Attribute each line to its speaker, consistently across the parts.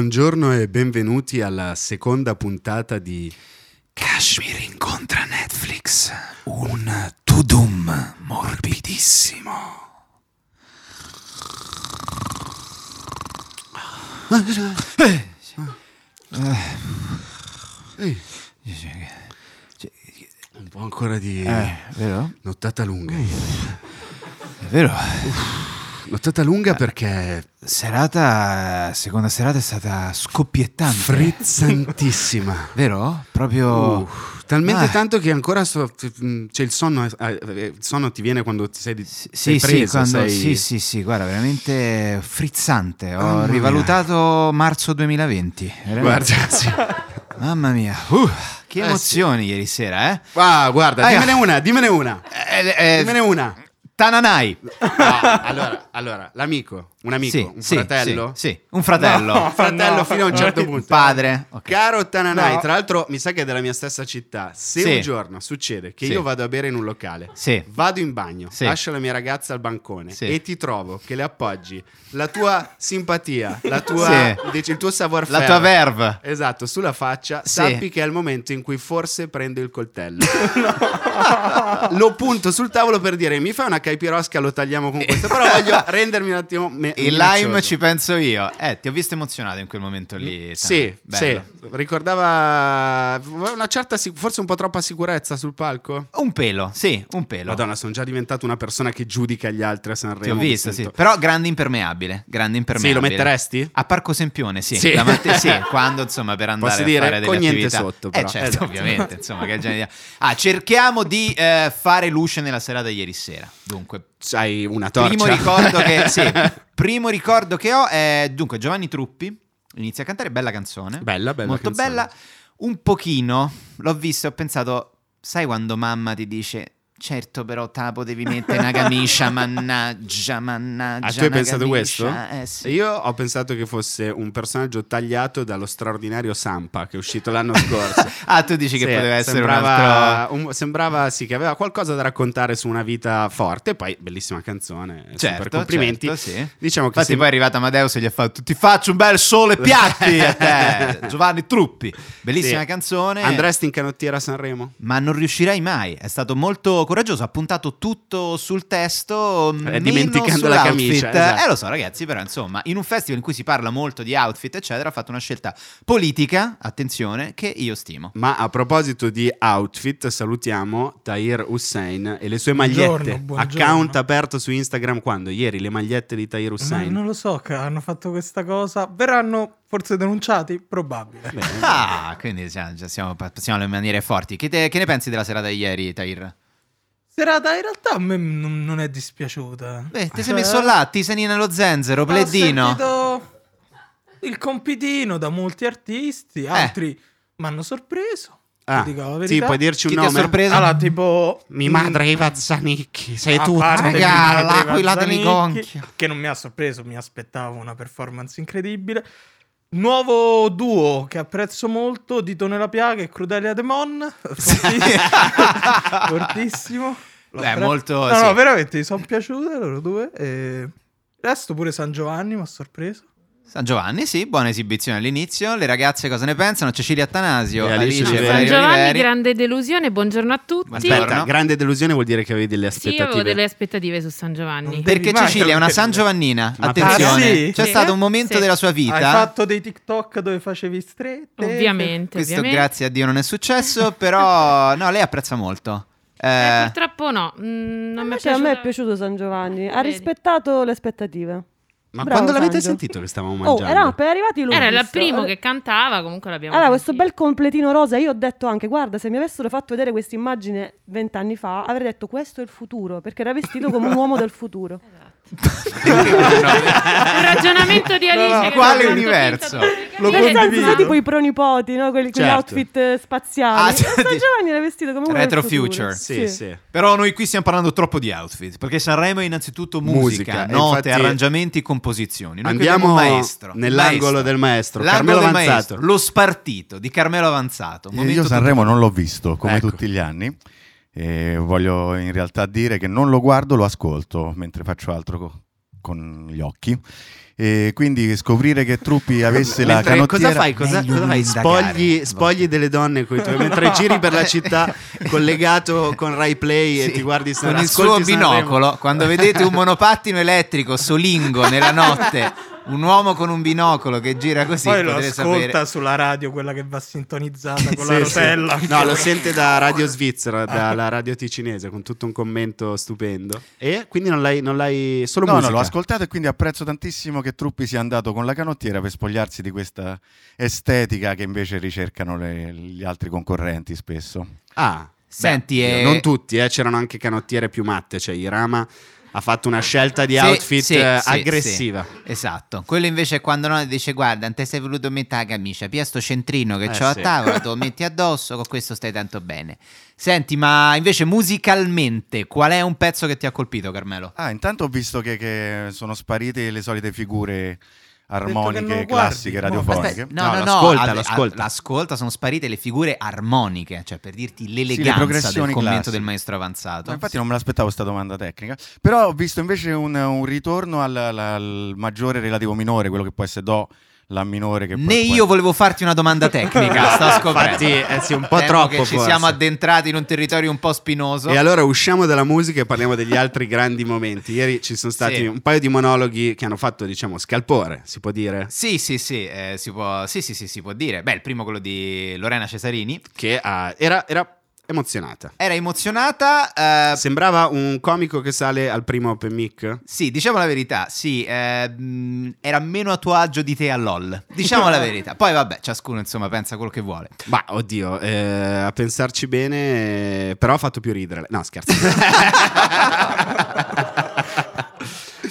Speaker 1: Buongiorno e benvenuti alla seconda puntata di
Speaker 2: Kashmir incontra Netflix. Un tudum morbidissimo.
Speaker 1: eh, un po' ancora di
Speaker 2: Eh. vero?
Speaker 1: nottata lunga.
Speaker 2: È vero.
Speaker 1: Nottata
Speaker 2: Eh.
Speaker 1: lunga perché
Speaker 2: Serata, seconda serata è stata scoppiettante.
Speaker 1: frizzantissima.
Speaker 2: Vero? Proprio...
Speaker 1: Uff, talmente
Speaker 2: Ah.
Speaker 1: tanto che ancora so- cioè il sonno, eh, il sonno ti viene quando ti sei, di-
Speaker 2: Sì,
Speaker 1: sei
Speaker 2: sì,
Speaker 1: preso,
Speaker 2: quando-
Speaker 1: sei-
Speaker 2: sì, sì, sì, guarda, veramente frizzante. Ho
Speaker 1: Mamma mia.
Speaker 2: rivalutato marzo 2020. veramente.
Speaker 1: Guarda, sì.
Speaker 2: Mamma mia, Uh, che
Speaker 1: Eh,
Speaker 2: emozioni ieri sera, eh?
Speaker 1: Ah, guarda,
Speaker 2: Ah,
Speaker 1: dimmene una, dimmene una.
Speaker 2: Eh, eh,
Speaker 1: Dimmene una.
Speaker 2: Tananai.
Speaker 1: Ah, allora, allora, l'amico, un amico,
Speaker 2: Sì,
Speaker 1: un
Speaker 2: sì,
Speaker 1: fratello?
Speaker 2: Sì, sì, un fratello.
Speaker 1: Un fratello
Speaker 3: No,
Speaker 1: fino a un certo
Speaker 3: no,
Speaker 1: punto.
Speaker 2: Padre. Ok.
Speaker 1: Caro Tananai,
Speaker 3: No.
Speaker 1: tra l'altro mi sa che è della mia stessa città. Se
Speaker 2: Sì.
Speaker 1: un giorno succede che
Speaker 2: Sì.
Speaker 1: io vado a bere in un locale,
Speaker 2: Sì.
Speaker 1: vado in bagno,
Speaker 2: Sì.
Speaker 1: lascio la mia ragazza al bancone
Speaker 2: Sì.
Speaker 1: e ti trovo che le appoggi la tua simpatia, la tua,
Speaker 2: Sì.
Speaker 1: dici, il tuo savoir
Speaker 2: La
Speaker 1: faire,
Speaker 2: tua verve.
Speaker 1: Esatto, sulla faccia,
Speaker 2: Sì.
Speaker 1: sappi che è il momento in cui forse prendo il coltello. Lo punto sul tavolo per dire mi fai una caipirosca, lo tagliamo con questo, però voglio rendermi un attimo me-
Speaker 2: Il
Speaker 1: minaccioso.
Speaker 2: lime ci penso io. Eh, ti ho visto emozionato in quel momento lì.
Speaker 1: Mm, Sì,
Speaker 2: Tananai.
Speaker 1: sì,
Speaker 2: Bello.
Speaker 1: ricordava una certa, sic- forse un po' troppa sicurezza sul palco.
Speaker 2: Un pelo, sì, un pelo.
Speaker 1: Madonna, sono già diventato una persona che giudica gli altri a Sanremo.
Speaker 2: Ti ho
Speaker 1: mi
Speaker 2: visto, Eh, sì.
Speaker 1: sento.
Speaker 2: Però grande impermeabile, grande
Speaker 1: Sì,
Speaker 2: impermeabile.
Speaker 1: lo metteresti?
Speaker 2: A Parco Sempione, sì.
Speaker 1: Sì.
Speaker 2: La matte- sì, quando insomma per andare
Speaker 1: Posso
Speaker 2: a
Speaker 1: dire,
Speaker 2: fare delle
Speaker 1: con niente
Speaker 2: attività.
Speaker 1: sotto,
Speaker 2: Eh,
Speaker 1: però.
Speaker 2: certo,
Speaker 1: Esatto.
Speaker 2: ovviamente, insomma, che genere di- Ah, cerchiamo di eh, fare luce nella serata di ieri sera. Dunque,
Speaker 1: Hai una torcia.
Speaker 2: primo ricordo che sì, primo ricordo che ho è dunque Giovanni Truppi inizia a cantare bella canzone.
Speaker 1: Bella, bella
Speaker 2: molto
Speaker 1: canzone.
Speaker 2: bella. Un pochino l'ho vista e ho pensato, sai quando mamma ti dice Certo, però te la potevi mettere una camicia, mannaggia, mannaggia.
Speaker 1: Ah, tu hai
Speaker 2: una
Speaker 1: pensato
Speaker 2: camicia."
Speaker 1: questo?
Speaker 2: Eh sì.
Speaker 1: Io ho pensato che fosse un personaggio tagliato dallo straordinario Sampa che è uscito l'anno scorso.
Speaker 2: Ah, tu dici che
Speaker 1: Sì,
Speaker 2: poteva essere un
Speaker 1: sembrava,
Speaker 2: altro...
Speaker 1: un- sembrava sì, che aveva qualcosa da raccontare su una vita forte. Poi, bellissima canzone. eh, super
Speaker 2: Certo,
Speaker 1: complimenti.
Speaker 2: certo, sì.
Speaker 1: Diciamo che
Speaker 2: Infatti
Speaker 1: se-
Speaker 2: poi è arrivata Amadeus e gli ha fatto Ti faccio un bel sole piatti a te, Giovanni Truppi Bellissima
Speaker 1: Sì.
Speaker 2: canzone
Speaker 1: Andresti in canottiera a Sanremo?
Speaker 2: Ma non riuscirai mai. È stato molto coraggioso. Ha puntato tutto sul testo. meno
Speaker 1: Eh, dimenticando la
Speaker 2: sull'outfit.
Speaker 1: camicia, esatto.
Speaker 2: Eh, lo so, ragazzi. Però, insomma, in un festival in cui si parla molto di outfit, eccetera, ha fatto una scelta politica. Attenzione, che io stimo.
Speaker 1: Ma a proposito di outfit, salutiamo Tahir Hussein e le sue magliette.
Speaker 3: Buongiorno, buongiorno.
Speaker 1: Account aperto su Instagram quando? Ieri le magliette di Tahir
Speaker 3: Ma
Speaker 1: Hussein.
Speaker 3: non lo so che hanno fatto questa cosa. Verranno forse denunciati? Probabile.
Speaker 2: Ah, quindi già, già siamo, passiamo alle maniere forti. Che, te- che ne pensi della serata di ieri, Tair?
Speaker 3: Serata in realtà a me non, non è dispiaciuta.
Speaker 2: Beh, ti sei
Speaker 3: Cioè,
Speaker 2: messo là, tisanina lo zenzero,
Speaker 3: Ho
Speaker 2: pleddino.
Speaker 3: sentito il compitino da molti
Speaker 2: Eh.
Speaker 3: artisti, altri mi hanno sorpreso.
Speaker 1: Ah,
Speaker 3: ti dico la
Speaker 1: sì,
Speaker 3: verità.
Speaker 1: puoi dirci
Speaker 2: Chi
Speaker 1: un
Speaker 2: ti ha
Speaker 1: nome?
Speaker 2: sorpreso?
Speaker 3: Allora, tipo...
Speaker 1: Mi
Speaker 3: mh,
Speaker 1: madre i Vazzanicchi, sei
Speaker 3: a
Speaker 1: tu.
Speaker 3: parte
Speaker 1: raga.
Speaker 3: di
Speaker 2: raga,
Speaker 3: Matteo
Speaker 2: l'aquila delle
Speaker 3: Zannicchi,
Speaker 2: gonchie.
Speaker 3: Che non mi ha sorpreso, mi aspettavo una performance incredibile. Nuovo duo che apprezzo molto, Dito nella piaga e Crudelia Demon. Fortissimo. Fortissimo. Lo
Speaker 2: Beh,
Speaker 3: apprezzo.
Speaker 2: molto,
Speaker 3: No,
Speaker 2: sì.
Speaker 3: no, veramente mi sono piaciute loro due. E... Resto pure San Giovanni mi ha sorpreso.
Speaker 2: San Giovanni, sì, buona esibizione all'inizio. Le ragazze cosa ne pensano? Cecilia Attanasio,
Speaker 1: E Alice
Speaker 2: Alice,
Speaker 1: Oliveri.
Speaker 2: Valerio
Speaker 4: San Giovanni,
Speaker 2: Oliveri.
Speaker 4: grande delusione, buongiorno a tutti.
Speaker 2: Buongiorno.
Speaker 1: Aspetta, grande delusione vuol dire che avevi delle
Speaker 4: Sì, io
Speaker 1: aspettative.
Speaker 4: avevo delle aspettative su San Giovanni.
Speaker 3: Non
Speaker 2: Perché
Speaker 3: devi mai
Speaker 2: Cecilia è una San
Speaker 3: credere.
Speaker 2: Giovannina,
Speaker 1: Ma
Speaker 2: attenzione,
Speaker 3: Ah, sì?
Speaker 2: c'è
Speaker 4: Sì.
Speaker 2: stato un momento
Speaker 4: Sì.
Speaker 2: della sua vita.
Speaker 3: Hai fatto dei TikTok dove facevi strette.
Speaker 4: Ovviamente,
Speaker 2: Questo
Speaker 4: ovviamente.
Speaker 2: grazie a Dio non è successo, però no, lei apprezza molto.
Speaker 4: Eh,
Speaker 2: Eh,
Speaker 4: purtroppo no, mm, non mi è
Speaker 5: Invece a me
Speaker 4: piaciuta.
Speaker 5: è
Speaker 4: Ah,
Speaker 5: piaciuto San Giovanni, ha
Speaker 4: Vedi.
Speaker 5: rispettato le aspettative.
Speaker 1: Ma
Speaker 5: Bravo,
Speaker 1: quando l'avete
Speaker 5: Sandro.
Speaker 1: sentito che stavamo
Speaker 5: Oh,
Speaker 1: mangiando?
Speaker 5: era appena arrivati loro.
Speaker 4: Era il primo che cantava, comunque l'abbiamo
Speaker 5: Allora, questo
Speaker 4: sentito.
Speaker 5: bel completino rosa, io ho detto anche, guarda, se mi avessero fatto vedere questa immagine vent'anni fa, avrei detto questo è il futuro, perché era vestito come un uomo del futuro.
Speaker 4: Un ragionamento di Alice.
Speaker 2: no,
Speaker 4: che
Speaker 2: quale
Speaker 4: era tanto
Speaker 2: universo?
Speaker 4: finta di-
Speaker 3: Lo
Speaker 5: Nel senso,
Speaker 3: condivido.
Speaker 5: sai, tipo i pronipoti, no? Quelli con gli
Speaker 1: Certo.
Speaker 5: outfit eh, spaziali.
Speaker 2: Ah, cioè,
Speaker 5: San
Speaker 2: di-
Speaker 5: Giovanni era vestito come un uomo del
Speaker 2: Retro
Speaker 5: futuro. Eh,
Speaker 2: future.
Speaker 1: Sì, sì.
Speaker 2: però noi qui stiamo parlando troppo di outfit, perché Sanremo è innanzitutto
Speaker 1: Musica,
Speaker 2: musica, note,
Speaker 1: infatti-
Speaker 2: arrangiamenti, composizioni. Noi qui
Speaker 1: Andiamo
Speaker 2: abbiamo un maestro,
Speaker 1: nell'angolo
Speaker 2: maestro.
Speaker 1: del maestro,
Speaker 2: L'angolo
Speaker 1: Carmelo
Speaker 2: del
Speaker 1: Avanzato.
Speaker 2: maestro, lo spartito di Carmelo Avanzato. un
Speaker 6: Eh,
Speaker 2: momento
Speaker 6: Io
Speaker 2: tutto-
Speaker 6: Sanremo non l'ho visto come
Speaker 1: Ecco.
Speaker 6: tutti gli anni. E voglio in realtà dire che non lo guardo, lo ascolto mentre faccio altro co- con gli occhi. E quindi scoprire che Truppi avesse la
Speaker 1: Mentre-
Speaker 6: canottiera...
Speaker 1: cosa fai? Cosa,
Speaker 2: Meglio
Speaker 1: cosa fai?
Speaker 2: non indagare.
Speaker 1: Spogli, spogli delle donne coi tuoi mentre giri per la città collegato con Rai Play e
Speaker 2: Sì,
Speaker 1: ti guardi
Speaker 2: con
Speaker 1: Sanremo.
Speaker 2: il suo
Speaker 1: ascolti Sanremo.
Speaker 2: binocolo. Quando vedete un monopattino elettrico solingo nella notte, un uomo con un binocolo che gira così,
Speaker 3: Poi lo
Speaker 2: potrete
Speaker 3: ascolta
Speaker 2: sapere.
Speaker 3: sulla radio, quella che va sintonizzata con
Speaker 1: Sì,
Speaker 3: la
Speaker 1: sì.
Speaker 3: rotella.
Speaker 1: No, lo sente da Radio Svizzera,
Speaker 2: Ah.
Speaker 1: dalla radio ticinese, con tutto un commento stupendo. E quindi non l'hai, non l'hai solo
Speaker 6: No, no,
Speaker 1: musica.
Speaker 6: l'ho ascoltato e quindi apprezzo tantissimo che Truppi sia andato con la canottiera per spogliarsi di questa estetica che invece ricercano le- gli altri concorrenti spesso.
Speaker 1: Ah,
Speaker 2: Senti,
Speaker 1: beh,
Speaker 2: eh,
Speaker 1: non tutti, eh, c'erano anche canottiere più matte, cioè Irama ha fatto una scelta di
Speaker 2: Sì,
Speaker 1: outfit
Speaker 2: sì,
Speaker 1: eh,
Speaker 2: sì,
Speaker 1: aggressiva.
Speaker 2: Esatto, quello invece è quando no, dice guarda, non ti sei voluto mettere la camicia, pia sto centrino che
Speaker 1: Eh,
Speaker 2: c'ho
Speaker 1: sì.
Speaker 2: a tavola, te lo metti addosso, con questo stai tanto bene. Senti, ma invece musicalmente qual è un pezzo che ti ha colpito, Carmelo?
Speaker 6: Ah, intanto ho visto che, che sono sparite le solite figure
Speaker 3: Detto che non
Speaker 6: armoniche,
Speaker 3: lo guardi,
Speaker 6: classiche,
Speaker 3: no,
Speaker 6: radiofoniche.
Speaker 2: no, no, no,
Speaker 1: l'ascolta,
Speaker 2: alle-
Speaker 1: l'ascolta.
Speaker 2: a- l'ascolta, sono sparite le figure armoniche, cioè per dirti l'eleganza del
Speaker 6: progressioni
Speaker 2: commento
Speaker 6: classiche.
Speaker 2: del maestro avanzato.
Speaker 6: Ma infatti non me l'aspettavo questa domanda tecnica, però ho visto invece un, un ritorno al, al- al maggiore relativo minore, quello che può essere Do, la minore che poi
Speaker 2: Né
Speaker 6: può-
Speaker 2: io volevo farti una domanda tecnica, sto scoprendo.
Speaker 1: Infatti, eh, sì, un po'
Speaker 2: Tempo
Speaker 1: troppo
Speaker 2: che ci
Speaker 1: forse.
Speaker 2: siamo addentrati in un territorio un po' spinoso.
Speaker 1: E allora usciamo dalla musica e parliamo degli altri grandi momenti. Ieri ci sono stati
Speaker 2: Sì.
Speaker 1: un paio di monologhi che hanno fatto, diciamo, scalpore, si può dire,
Speaker 2: Sì, sì, sì, eh, si può, sì, sì, sì, si può dire. Beh, il primo quello di Lorena Cesarini.
Speaker 1: che ha- era, era emozionata.
Speaker 2: Era emozionata. eh,
Speaker 1: Sembrava un comico che sale al primo open mic.
Speaker 2: sì, diciamo la verità, sì, eh, mh, era meno a tuo agio di te a LOL. Diciamo la verità. Poi vabbè, ciascuno insomma pensa quello che vuole.
Speaker 1: Ma oddio, eh, a pensarci bene, eh, però ha fatto più ridere. No, scherzo.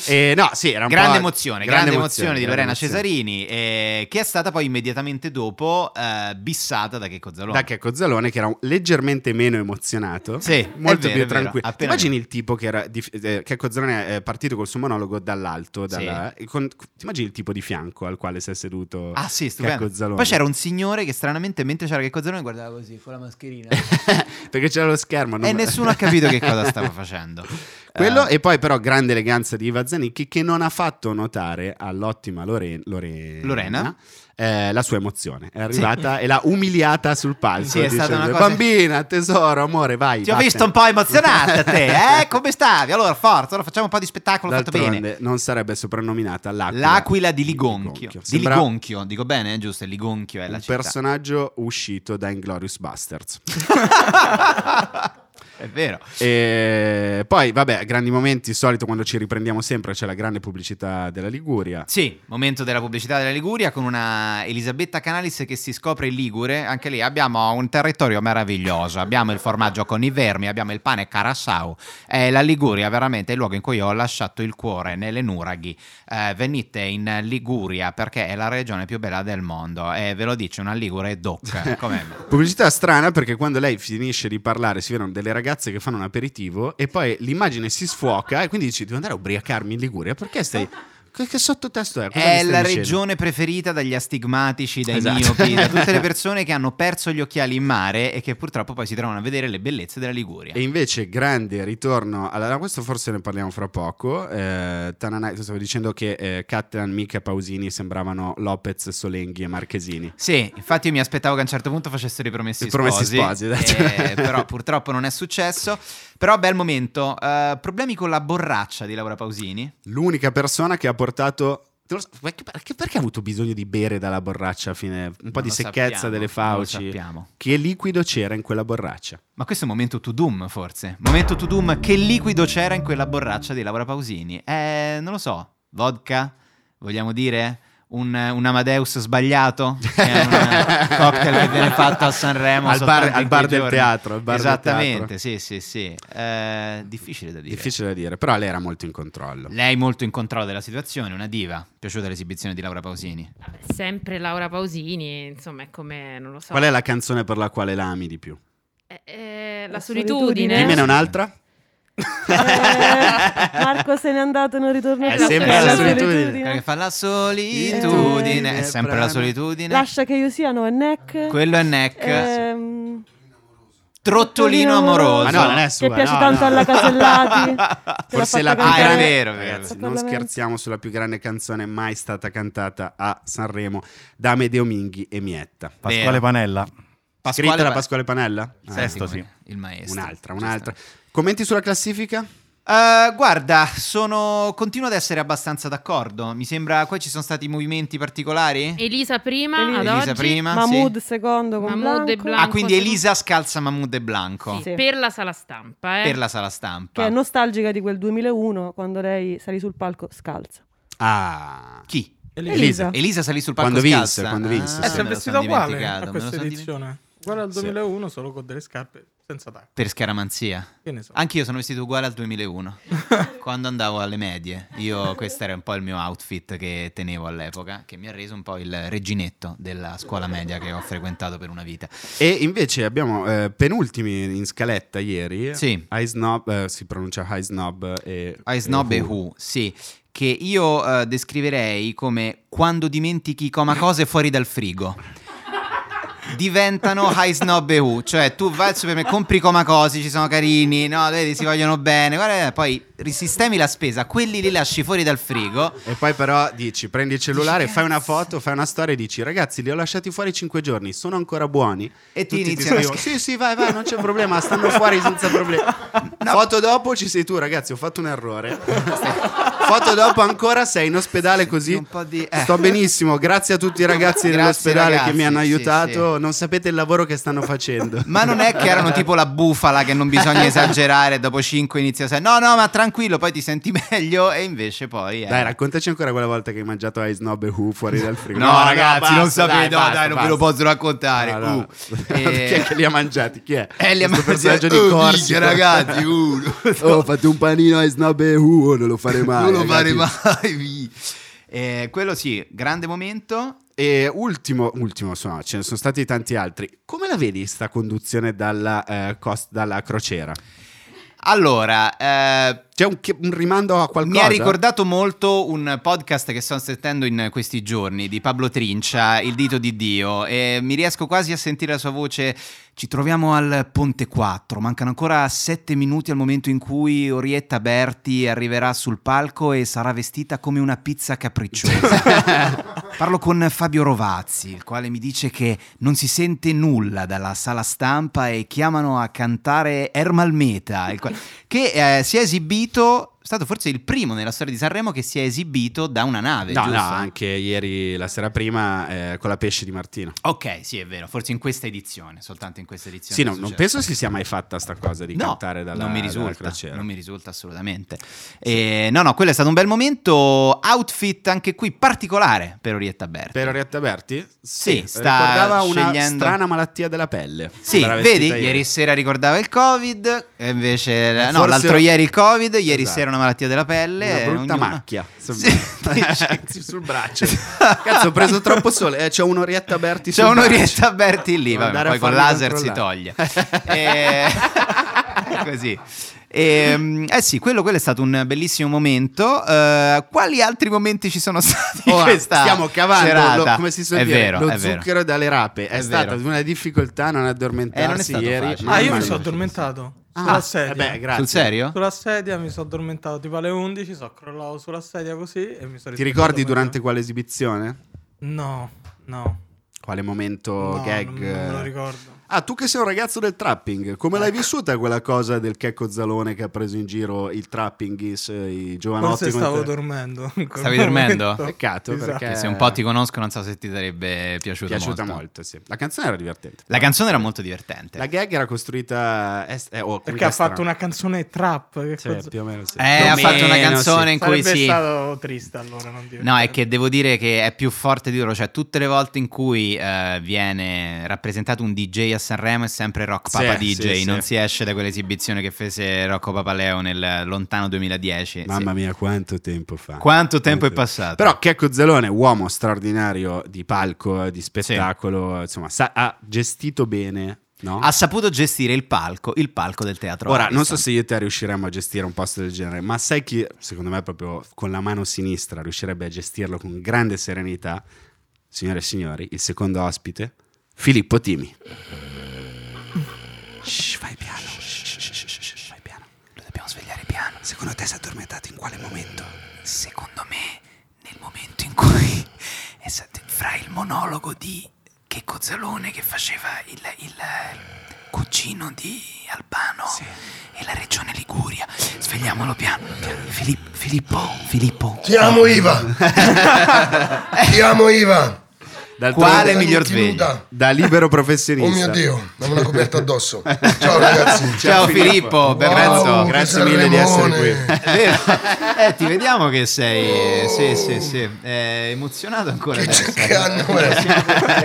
Speaker 1: Eh, no, sì, era un
Speaker 2: grande
Speaker 1: po'-
Speaker 2: emozione, grande,
Speaker 1: grande
Speaker 2: emozione, di
Speaker 1: grande
Speaker 2: Lorena
Speaker 1: emozione.
Speaker 2: Cesarini, eh, che è stata poi immediatamente dopo eh, bissata da Checco Zalone.
Speaker 1: Da Checco Zalone, che era un- leggermente meno emozionato,
Speaker 2: Sì,
Speaker 1: molto
Speaker 2: è vero, è vero,
Speaker 1: più tranquillo. Ti
Speaker 2: appena
Speaker 1: immagini il tipo che era. Di, eh, Checco Zalone è partito col suo monologo dall'alto. dalla- e con- ti immagini il tipo di fianco al quale sei seduto?
Speaker 2: Ah sì,
Speaker 1: Checco
Speaker 2: stupendo.
Speaker 1: Zalone.
Speaker 2: Poi c'era un signore che stranamente mentre c'era Checco Zalone guardava così, con la mascherina.
Speaker 1: Perché c'era lo schermo. non-
Speaker 2: e Eh, nessuno ha capito che cosa stava facendo.
Speaker 1: Quello,
Speaker 2: Eh,
Speaker 1: e poi però grande eleganza di Iva Zanicchi che non ha fatto notare all'ottima Lore- Lore-
Speaker 2: Lorena.
Speaker 1: eh, la sua emozione. È arrivata e l'ha umiliata sul palco.
Speaker 2: Sì, è stata
Speaker 1: dicendo,
Speaker 2: una cosa-
Speaker 1: Bambina, tesoro, amore, vai.
Speaker 2: Ti ho
Speaker 1: vattene."
Speaker 2: visto un po' emozionata te, eh? Come stavi? Allora, forza, allora facciamo un po' di spettacolo fatto
Speaker 1: D'altronde,
Speaker 2: bene.
Speaker 1: Non sarebbe soprannominata l'aquila,
Speaker 2: L'aquila di Ligonchio. Di
Speaker 1: Sembra
Speaker 2: Ligonchio, dico bene, eh, giusto? Ligonchio è la
Speaker 1: un
Speaker 2: città.
Speaker 1: personaggio uscito da Inglorious Bastards.
Speaker 2: è vero.
Speaker 1: e poi, vabbè, grandi momenti. Solito quando ci riprendiamo sempre c'è la grande pubblicità della Liguria.
Speaker 2: Sì, momento della pubblicità della Liguria con una Elisabetta Canalis che si scopre in Ligure. Anche lì abbiamo un territorio meraviglioso. Abbiamo il formaggio con i vermi, abbiamo il pane Carassau. Eh, la Liguria veramente è il luogo in cui ho lasciato il cuore nelle nuraghi. Eh, venite in Liguria perché è la regione più bella del mondo. E ve lo dice una Ligure doc. Com'è?
Speaker 1: Pubblicità strana perché quando lei finisce di parlare si vedono delle ragazze che fanno un aperitivo e poi l'immagine si sfuoca e quindi dici devo andare a ubriacarmi in Liguria perché stai... Che, che sottotesto è? Cosa mi
Speaker 2: È
Speaker 1: stai
Speaker 2: la
Speaker 1: dicendo?
Speaker 2: regione preferita dagli astigmatici, dai
Speaker 1: Esatto.
Speaker 2: miopi, da tutte le persone che hanno perso gli occhiali in mare e che purtroppo poi si trovano a vedere le bellezze della Liguria.
Speaker 1: E invece grande ritorno, allora questo forse ne parliamo fra poco, eh, Tananai, stavo dicendo che eh, Catalan, Mica e Pausini sembravano Lopez, Solenghi e Marchesini.
Speaker 2: Sì, infatti io mi aspettavo che a un certo punto facessero i promessi,
Speaker 1: I promessi sposi, esatto.
Speaker 2: eh, però purtroppo non è successo. Però bel momento. Eh, problemi con la borraccia di Laura Pausini?
Speaker 1: L'unica persona che ha portato... te lo so- perché, perché- perché ha avuto bisogno di bere dalla borraccia a fine? Un po'
Speaker 2: Non
Speaker 1: di
Speaker 2: lo
Speaker 1: secchezza
Speaker 2: sappiamo,
Speaker 1: delle
Speaker 2: non lo
Speaker 1: fauci.
Speaker 2: sappiamo.
Speaker 1: Che liquido c'era in quella borraccia?
Speaker 2: Ma questo è un momento to doom, forse. Momento to doom, che liquido c'era in quella borraccia di Laura Pausini? Eh, non lo so. Vodka? Vogliamo dire? Un, un Amadeus sbagliato? Che è un cocktail che viene fatto a Sanremo.
Speaker 1: Al bar-
Speaker 2: soltanto in
Speaker 1: al bar
Speaker 2: quei
Speaker 1: del
Speaker 2: giorni.
Speaker 1: teatro, al bar del
Speaker 2: Esattamente,
Speaker 1: teatro.
Speaker 2: sì, sì, sì. Eh, difficile da dire.
Speaker 1: Difficile da dire, però lei era molto in controllo.
Speaker 2: Lei molto in controllo della situazione, una diva. Piaciuta l'esibizione di Laura Pausini.
Speaker 4: Vabbè, sempre Laura Pausini, insomma, è come, non lo so.
Speaker 1: Qual è la canzone per la quale l'ami di più?
Speaker 4: Eh, eh, la
Speaker 5: La
Speaker 4: solitudine.
Speaker 5: solitudine. Eh?
Speaker 1: Dimmene un'altra.
Speaker 5: Eh, Marco se n'è andato e non ritorna
Speaker 1: È
Speaker 5: più.
Speaker 4: sempre la
Speaker 1: solitudine.
Speaker 2: Quella che fa la solitudine, è sempre la solitudine.
Speaker 5: Lascia che io sia, no? È Neck.
Speaker 2: Quello è Neck.
Speaker 5: Ehm,
Speaker 2: Trottolino amoroso.
Speaker 1: Ma Ah, no, non è sua.
Speaker 5: Che piace
Speaker 1: no,
Speaker 5: tanto
Speaker 1: no.
Speaker 5: alla Casellati. Te l'ha
Speaker 1: Forse
Speaker 5: fatta
Speaker 1: la più
Speaker 2: Ah, era
Speaker 5: cantare-
Speaker 1: grande,
Speaker 2: vero, vero.
Speaker 1: ragazzi, non
Speaker 5: Parlamente.
Speaker 1: scherziamo sulla più grande canzone mai stata cantata a Sanremo da Amedeo Minghi e Mietta.
Speaker 6: Pasquale Panella.
Speaker 2: Pasquale
Speaker 1: Scritta da
Speaker 2: Pa-
Speaker 1: Pasquale Panella?
Speaker 2: Il
Speaker 1: Ah,
Speaker 2: sesto,
Speaker 6: ecco,
Speaker 2: sì. Il maestro.
Speaker 1: un'altra, un'altra. Commenti sulla classifica?
Speaker 2: Eh, guarda, sono continuo ad essere abbastanza d'accordo. Mi sembra qua ci sono stati movimenti particolari?
Speaker 4: Elisa prima,
Speaker 5: Elisa.
Speaker 4: ad
Speaker 2: Elisa
Speaker 4: oggi,
Speaker 2: prima,
Speaker 5: Mahmood
Speaker 2: sì.
Speaker 5: secondo con
Speaker 4: Mahmood e
Speaker 5: Blanco,
Speaker 4: Blanco.
Speaker 2: Ah, quindi Elisa scalza Mahmood e Blanco
Speaker 4: sì,
Speaker 5: Sì.
Speaker 4: per la sala stampa. Eh.
Speaker 2: per la sala
Speaker 5: Che
Speaker 2: stampa.
Speaker 5: è nostalgica di quel 2001 quando lei salì sul palco scalza.
Speaker 1: Ah,
Speaker 2: Chi?
Speaker 5: Elisa.
Speaker 2: Elisa salì sul palco
Speaker 1: Quando vinse,
Speaker 2: scalza.
Speaker 1: quando vinse,
Speaker 2: Ah,
Speaker 1: sì.
Speaker 3: è
Speaker 1: Eh,
Speaker 2: me lo
Speaker 3: sempre vestita
Speaker 2: sono
Speaker 3: uguale
Speaker 2: dimenticato,
Speaker 3: a
Speaker 2: me lo
Speaker 3: questa
Speaker 2: sono dimenticato.
Speaker 3: edizione. Uguale al
Speaker 2: Sì.
Speaker 3: 2001, solo con delle scarpe senza tacco.
Speaker 2: Per scaramanzia.
Speaker 3: Che ne so. Ah,
Speaker 2: Anch'io sono vestito uguale al 2001, quando andavo alle medie. Io, questo era un po' il mio outfit che tenevo all'epoca, che mi ha reso un po' il reginetto della scuola media che ho frequentato per una vita.
Speaker 1: E invece abbiamo eh, penultimi in scaletta ieri.
Speaker 2: Sì.
Speaker 1: High Snob, eh, si pronuncia High Snob e...
Speaker 2: I Snob
Speaker 1: Uhuh.
Speaker 2: e Who, sì, che io eh, descriverei come quando dimentichi coma cose fuori dal frigo. Diventano high snob e who, cioè tu vai al supermercato, compri coma cosi, ci sono carini, no, vedi, si vogliono bene, guarda, eh, poi risistemi la spesa, quelli li lasci fuori dal frigo
Speaker 1: E poi però dici, prendi il cellulare, fai una foto, fai una storia e dici, ragazzi, li ho lasciati fuori 5 giorni, sono ancora buoni.
Speaker 2: E ti
Speaker 1: Tutti
Speaker 2: iniziano a
Speaker 1: scrivono,
Speaker 2: scrivere.
Speaker 1: Sì, sì, vai, vai, non c'è problema, stanno fuori senza problemi. Foto dopo ci sei tu, ragazzi, ho fatto un errore. Foto dopo ancora sei in ospedale così.
Speaker 2: un po' di- eh.
Speaker 1: Sto benissimo, grazie a tutti i ragazzi
Speaker 2: Grazie,
Speaker 1: dell'ospedale
Speaker 2: ragazzi,
Speaker 1: che mi hanno
Speaker 2: sì,
Speaker 1: aiutato, non sapete il lavoro che stanno facendo.
Speaker 2: Ma non è che erano tipo la bufala che non bisogna esagerare, dopo 5 inizia 6. No, no, ma tranquillo, poi ti senti meglio e invece poi... eh.
Speaker 1: Dai, raccontaci ancora quella volta che hai mangiato Ice Snob e Who fuori dal frigo.
Speaker 2: No, ragazzi, non
Speaker 1: basta,
Speaker 2: sapete, no,
Speaker 1: basta,
Speaker 2: dai, non ve lo
Speaker 1: basta.
Speaker 2: posso raccontare.
Speaker 1: No, no, no.
Speaker 2: Uh,
Speaker 1: Chi è che li ha mangiati? Chi è?
Speaker 2: Eh, li ha
Speaker 1: Questo personaggio
Speaker 2: mangiati- Oh,
Speaker 1: di Corsi.
Speaker 2: minchia, ragazzi, uh, uno.
Speaker 1: Oh, fate un panino Ice Snob e Who, oh, non lo fare mai.
Speaker 2: non lo fare
Speaker 1: ragazzi.
Speaker 2: mai. vi. Eh, quello sì, grande momento.
Speaker 1: E ultimo, ultimo so, no, ce ne sono stati tanti altri. Come la vedi sta conduzione dalla, eh, cos- dalla crociera?
Speaker 2: Allora, eh,
Speaker 1: C'è un, che- un rimando a qualcosa?
Speaker 2: Mi ha ricordato molto un podcast che sto sentendo in questi giorni di Pablo Trincia, Il dito di Dio, e mi riesco quasi a sentire la sua voce. Ci troviamo al Ponte 4, mancano ancora 7 minuti al momento in cui Orietta Berti arriverà sul palco e sarà vestita come una pizza capricciosa. Parlo con Fabio Rovazzi, il quale mi dice che non si sente nulla dalla sala stampa e chiamano a cantare Ermal Meta, il quale- che eh, si è esibito, è stato forse il primo nella storia di Sanremo che si è esibito da una nave,
Speaker 1: No,
Speaker 2: giusto?
Speaker 1: no, anche ieri, la sera prima, eh, con la pesce di Martino.
Speaker 2: Ok, sì, è vero, forse in questa edizione, soltanto in questa edizione.
Speaker 1: Sì,
Speaker 2: è
Speaker 1: no, non
Speaker 2: successo.
Speaker 1: penso si sia mai fatta sta cosa di
Speaker 2: No,
Speaker 1: cantare dalla,
Speaker 2: non mi
Speaker 1: dalla
Speaker 2: risulta,
Speaker 1: crociera.
Speaker 2: non mi risulta assolutamente. E, no, no, quello è stato un bel momento, outfit anche qui particolare per Orietta Berti.
Speaker 1: Per Orietta Berti?
Speaker 2: Sì, sta
Speaker 1: ricordava una
Speaker 2: scegliendo-
Speaker 1: strana malattia della pelle.
Speaker 2: Sì,
Speaker 1: Era
Speaker 2: vedi,
Speaker 1: vestita Eh,
Speaker 2: ieri. sera ricordava il Covid, e invece no,
Speaker 1: Forse-
Speaker 2: l'altro ieri il Covid, ieri
Speaker 1: Esatto.
Speaker 2: sera una malattia della
Speaker 1: Una
Speaker 2: pelle,
Speaker 1: brutta
Speaker 2: ognuna-
Speaker 1: macchia sul,
Speaker 2: Sì.
Speaker 1: Sì, sul braccio. Cazzo, ho preso troppo sole. Eh, c'ho un'Orietta Berti
Speaker 2: C'è
Speaker 1: sul
Speaker 2: un'orietta
Speaker 1: braccio.
Speaker 2: Berti lì,
Speaker 1: Devo
Speaker 2: vabbè,
Speaker 1: andare
Speaker 2: poi
Speaker 1: a
Speaker 2: con
Speaker 1: farmi
Speaker 2: laser si toglie.
Speaker 1: controllare.
Speaker 2: E- Così. Ehm, eh sì, quello, quello è stato un bellissimo momento. Eh, quali altri momenti ci sono stati? in
Speaker 1: Ora,
Speaker 2: questa
Speaker 1: Oh, stiamo cavando
Speaker 2: serata?
Speaker 1: lo, come si suol
Speaker 2: è
Speaker 1: dire,
Speaker 2: vero,
Speaker 1: lo
Speaker 2: è vero.
Speaker 1: zucchero dalle rape. È,
Speaker 2: È
Speaker 1: stata
Speaker 2: vero.
Speaker 1: una difficoltà non
Speaker 2: Eh, non è
Speaker 1: addormentarsi
Speaker 2: stato
Speaker 1: ieri.
Speaker 2: facile.
Speaker 1: Mamma
Speaker 3: Ah, io mi
Speaker 1: mia.
Speaker 3: sono addormentato.
Speaker 1: Ah,
Speaker 3: sulla sedia.
Speaker 1: eh beh, grazie.
Speaker 2: Sul serio?
Speaker 3: Sulla sedia mi sono addormentato tipo alle 11, sono crollato sulla sedia così e mi
Speaker 1: Ti
Speaker 3: sono risvegliato
Speaker 1: ricordi
Speaker 3: meglio.
Speaker 1: durante quale esibizione?
Speaker 3: No, no.
Speaker 1: Quale momento
Speaker 2: Oh,
Speaker 3: no,
Speaker 1: gag?
Speaker 3: Non, non me lo
Speaker 1: eh?
Speaker 3: ricordo.
Speaker 1: Ah, tu che sei un ragazzo del trapping, come l'hai
Speaker 3: Ecco.
Speaker 1: vissuta quella cosa del Checco Zalone che ha preso in giro il trappinghis, eh, i giovanotti?
Speaker 3: Forse
Speaker 1: come
Speaker 3: stavo
Speaker 1: te?
Speaker 3: dormendo. in quel
Speaker 2: Stavi dormendo?
Speaker 3: momento. Esatto.
Speaker 1: Peccato, perché-
Speaker 2: Che se un po' ti conosco, non so se ti sarebbe piaciuta,
Speaker 1: Piaciuta molto, sì. La canzone era divertente.
Speaker 2: La canzone era molto divertente.
Speaker 1: La gag era costruita... è- è- oh,
Speaker 3: Perché ha fatto
Speaker 1: strana.
Speaker 3: una canzone trap. Che
Speaker 1: Sì,
Speaker 3: cosa-
Speaker 1: più o meno sì.
Speaker 2: Eh,
Speaker 1: Più o
Speaker 2: ha fatto una
Speaker 1: meno,
Speaker 2: canzone
Speaker 1: sì.
Speaker 2: in cui
Speaker 3: Sarebbe
Speaker 2: sì.
Speaker 3: stato triste allora, non dire.
Speaker 2: No, è che devo dire che è più forte di loro, cioè tutte le volte in cui eh, viene rappresentato un DJ a Sanremo è sempre Rock
Speaker 1: Sì,
Speaker 2: Papa
Speaker 1: sì,
Speaker 2: DJ,
Speaker 1: sì.
Speaker 2: non si esce da quell'esibizione che fece Rocco Papaleo nel lontano 2010.
Speaker 1: Mamma
Speaker 2: Sì.
Speaker 1: mia, quanto tempo fa.
Speaker 2: Quanto tempo è passato?
Speaker 1: Però Checco Zalone, uomo straordinario di palco, di spettacolo, insomma, sa- ha gestito bene, no?
Speaker 2: ha saputo gestire il palco, il palco del teatro.
Speaker 1: Ora,
Speaker 2: Ariston.
Speaker 1: non so se io e te riusciremmo a gestire un posto del genere, ma sai chi, secondo me, proprio con la mano sinistra riuscirebbe a gestirlo con grande serenità? Signore e signori, il secondo ospite, Filippo Timi. Shh, vai piano. vai piano. Lo dobbiamo svegliare piano. Secondo te si è addormentato in quale momento?
Speaker 7: Secondo me, nel momento in cui è stato fra il monologo di Checco Zalone che faceva il, il eh, cugino di Albano e la regione Liguria, svegliamolo piano. piano. Filip- Filippo, Filippo.
Speaker 8: Ti amo Iva. Ti amo Iva.
Speaker 2: Quale
Speaker 8: Dai,
Speaker 2: miglior
Speaker 8: ti
Speaker 2: sveglio?
Speaker 8: nuda.
Speaker 1: Da libero
Speaker 8: Oh
Speaker 1: professionista.
Speaker 8: mio Dio, avevo una coperta addosso. Ciao ragazzi.
Speaker 2: Ciao Filippo, ben
Speaker 8: Wow,
Speaker 2: Renzo.
Speaker 8: che
Speaker 1: Grazie mille di essere
Speaker 8: Sanremone.
Speaker 1: qui.
Speaker 2: Eh, ti vediamo che sei. Sì, sì, sì. eh, emozionato ancora.
Speaker 8: Oh. Che
Speaker 2: adesso.
Speaker 8: che anno è?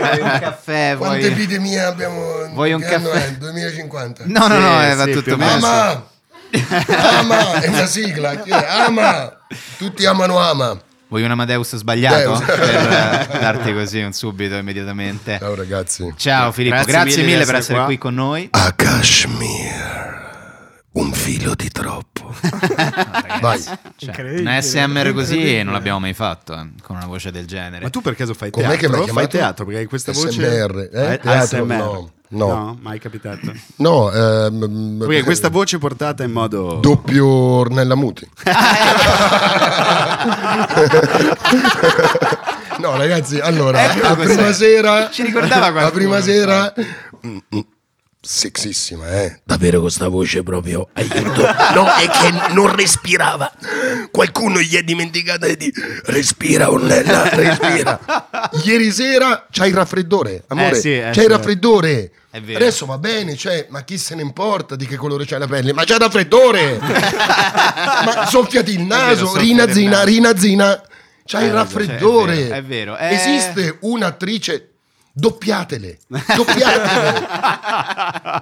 Speaker 2: Vuoi un caffè?
Speaker 8: Quante
Speaker 2: Vuoi...
Speaker 8: epidemie abbiamo?
Speaker 2: Vuoi Eh, un
Speaker 8: che anno
Speaker 2: caffè?
Speaker 8: è? 2050.
Speaker 2: No, no, no,
Speaker 1: Sì,
Speaker 2: eh, va
Speaker 1: sì, più
Speaker 2: tutto
Speaker 1: o meno.
Speaker 2: bene.
Speaker 8: Ama! Ama! È una sigla. Chi è? Ama! Tutti amano Ama.
Speaker 2: Vuoi un Amadeus sbagliato?
Speaker 8: Amadeus.
Speaker 2: per eh, darti così un subito, immediatamente.
Speaker 8: Ciao ragazzi.
Speaker 2: Ciao Filippo,
Speaker 1: Grazie
Speaker 2: grazie,
Speaker 1: mille di
Speaker 2: mille, per
Speaker 1: essere
Speaker 2: essere
Speaker 1: qua.
Speaker 2: qui con noi.
Speaker 8: A Kashmir. Un filo di troppo. Vai.
Speaker 3: Incredibile.
Speaker 2: Un SMR così
Speaker 3: Incredibile.
Speaker 2: non l'abbiamo mai fatto, eh, con una voce del genere.
Speaker 1: Ma tu per caso fai
Speaker 8: Com'è
Speaker 1: teatro?
Speaker 8: che mi hai
Speaker 1: fai
Speaker 8: chiamato?
Speaker 1: teatro perché hai questa voce
Speaker 8: SMR, eh?
Speaker 1: Eh,
Speaker 8: Teatro?
Speaker 1: ASMR.
Speaker 8: No, no.
Speaker 1: mai capitato.
Speaker 8: No, ehm,
Speaker 1: Perché questa voce portata in modo
Speaker 8: doppio Ornella Muti. no, ragazzi, allora,
Speaker 2: Ecco
Speaker 8: la
Speaker 2: cos'è.
Speaker 8: prima sera
Speaker 2: Ci ricordava
Speaker 8: la
Speaker 2: qualcuno,
Speaker 8: prima
Speaker 2: infatti.
Speaker 8: sera Mm, mm, sexissima, eh. Davvero con sta voce proprio aiuto. No, è che non respirava. Qualcuno gli è dimenticato di respira Ornella, respira. Ieri sera c'hai il raffreddore, amore.
Speaker 1: Eh sì, eh
Speaker 8: c'hai
Speaker 1: sì.
Speaker 8: il raffreddore.
Speaker 2: È vero.
Speaker 8: Adesso va bene, cioè, ma chi se ne importa di che colore c'hai la pelle? Ma c'è il raffreddore! ma soffiati il
Speaker 2: vero,
Speaker 8: naso,
Speaker 2: soffiati il
Speaker 8: rinazzina,
Speaker 2: naso.
Speaker 8: rinazzina, c'hai
Speaker 2: Eh,
Speaker 8: il
Speaker 2: vabbè,
Speaker 8: raffreddore.
Speaker 2: è vero, è vero, eh.
Speaker 8: Esiste un'attrice, doppiatele, doppiatele.
Speaker 1: Eh.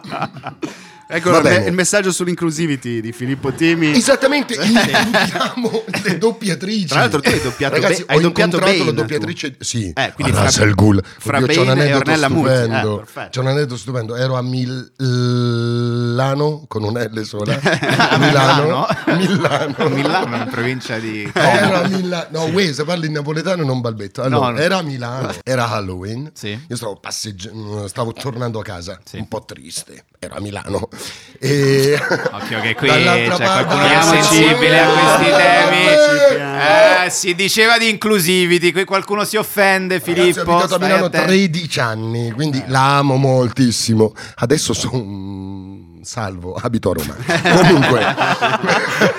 Speaker 1: Ecco
Speaker 8: Va
Speaker 1: il me-
Speaker 8: bene.
Speaker 1: il messaggio sull'inclusivity di Filippo Timi.
Speaker 8: Esattamente, includiamo le doppiatrici.
Speaker 1: Tra l'altro tu hai doppiato
Speaker 8: Ragazzi,
Speaker 1: Ba- hai
Speaker 8: ho
Speaker 1: doppiato
Speaker 8: incontrato
Speaker 1: Bane,
Speaker 8: la doppiatrice.
Speaker 1: tu.
Speaker 8: Sì,
Speaker 1: Eh, quindi
Speaker 8: a
Speaker 1: fra-
Speaker 8: Ras Al Ghul.
Speaker 1: fra
Speaker 8: Oddio, c'è un
Speaker 1: Bane e
Speaker 8: aneddoto
Speaker 1: Ornella Muti. Eh,
Speaker 8: stupendo.
Speaker 1: perfetto.
Speaker 8: c'è un aneddoto stupendo. Ero a Milano con un L sola. A Milano.
Speaker 2: Milano.
Speaker 8: Milano.
Speaker 2: Milano, in provincia di...
Speaker 8: Era a Milano, no, Wes, parli in napoletano e non balbetto. Allora,
Speaker 2: No, no.
Speaker 8: era a Milano, era Halloween.
Speaker 2: Sì.
Speaker 8: Io stavo passeggiando, stavo tornando a casa,
Speaker 2: Sì.
Speaker 8: un po' triste. Era a Milano. E...
Speaker 2: Occhio che qui c'è
Speaker 8: Dall'altra parte-
Speaker 2: qualcuno che è
Speaker 8: Parliamoci,
Speaker 2: sensibile a questi
Speaker 8: parliamoci,
Speaker 2: temi. Eh, si diceva di inclusivity, qui qualcuno si offende,
Speaker 8: Ragazzi, ho
Speaker 2: Filippo.
Speaker 8: abitato a
Speaker 2: stai
Speaker 8: Milano
Speaker 2: attento. Eh.
Speaker 8: 13 anni, quindi la amo moltissimo. Adesso sono salvo, abito a Roma. Comunque,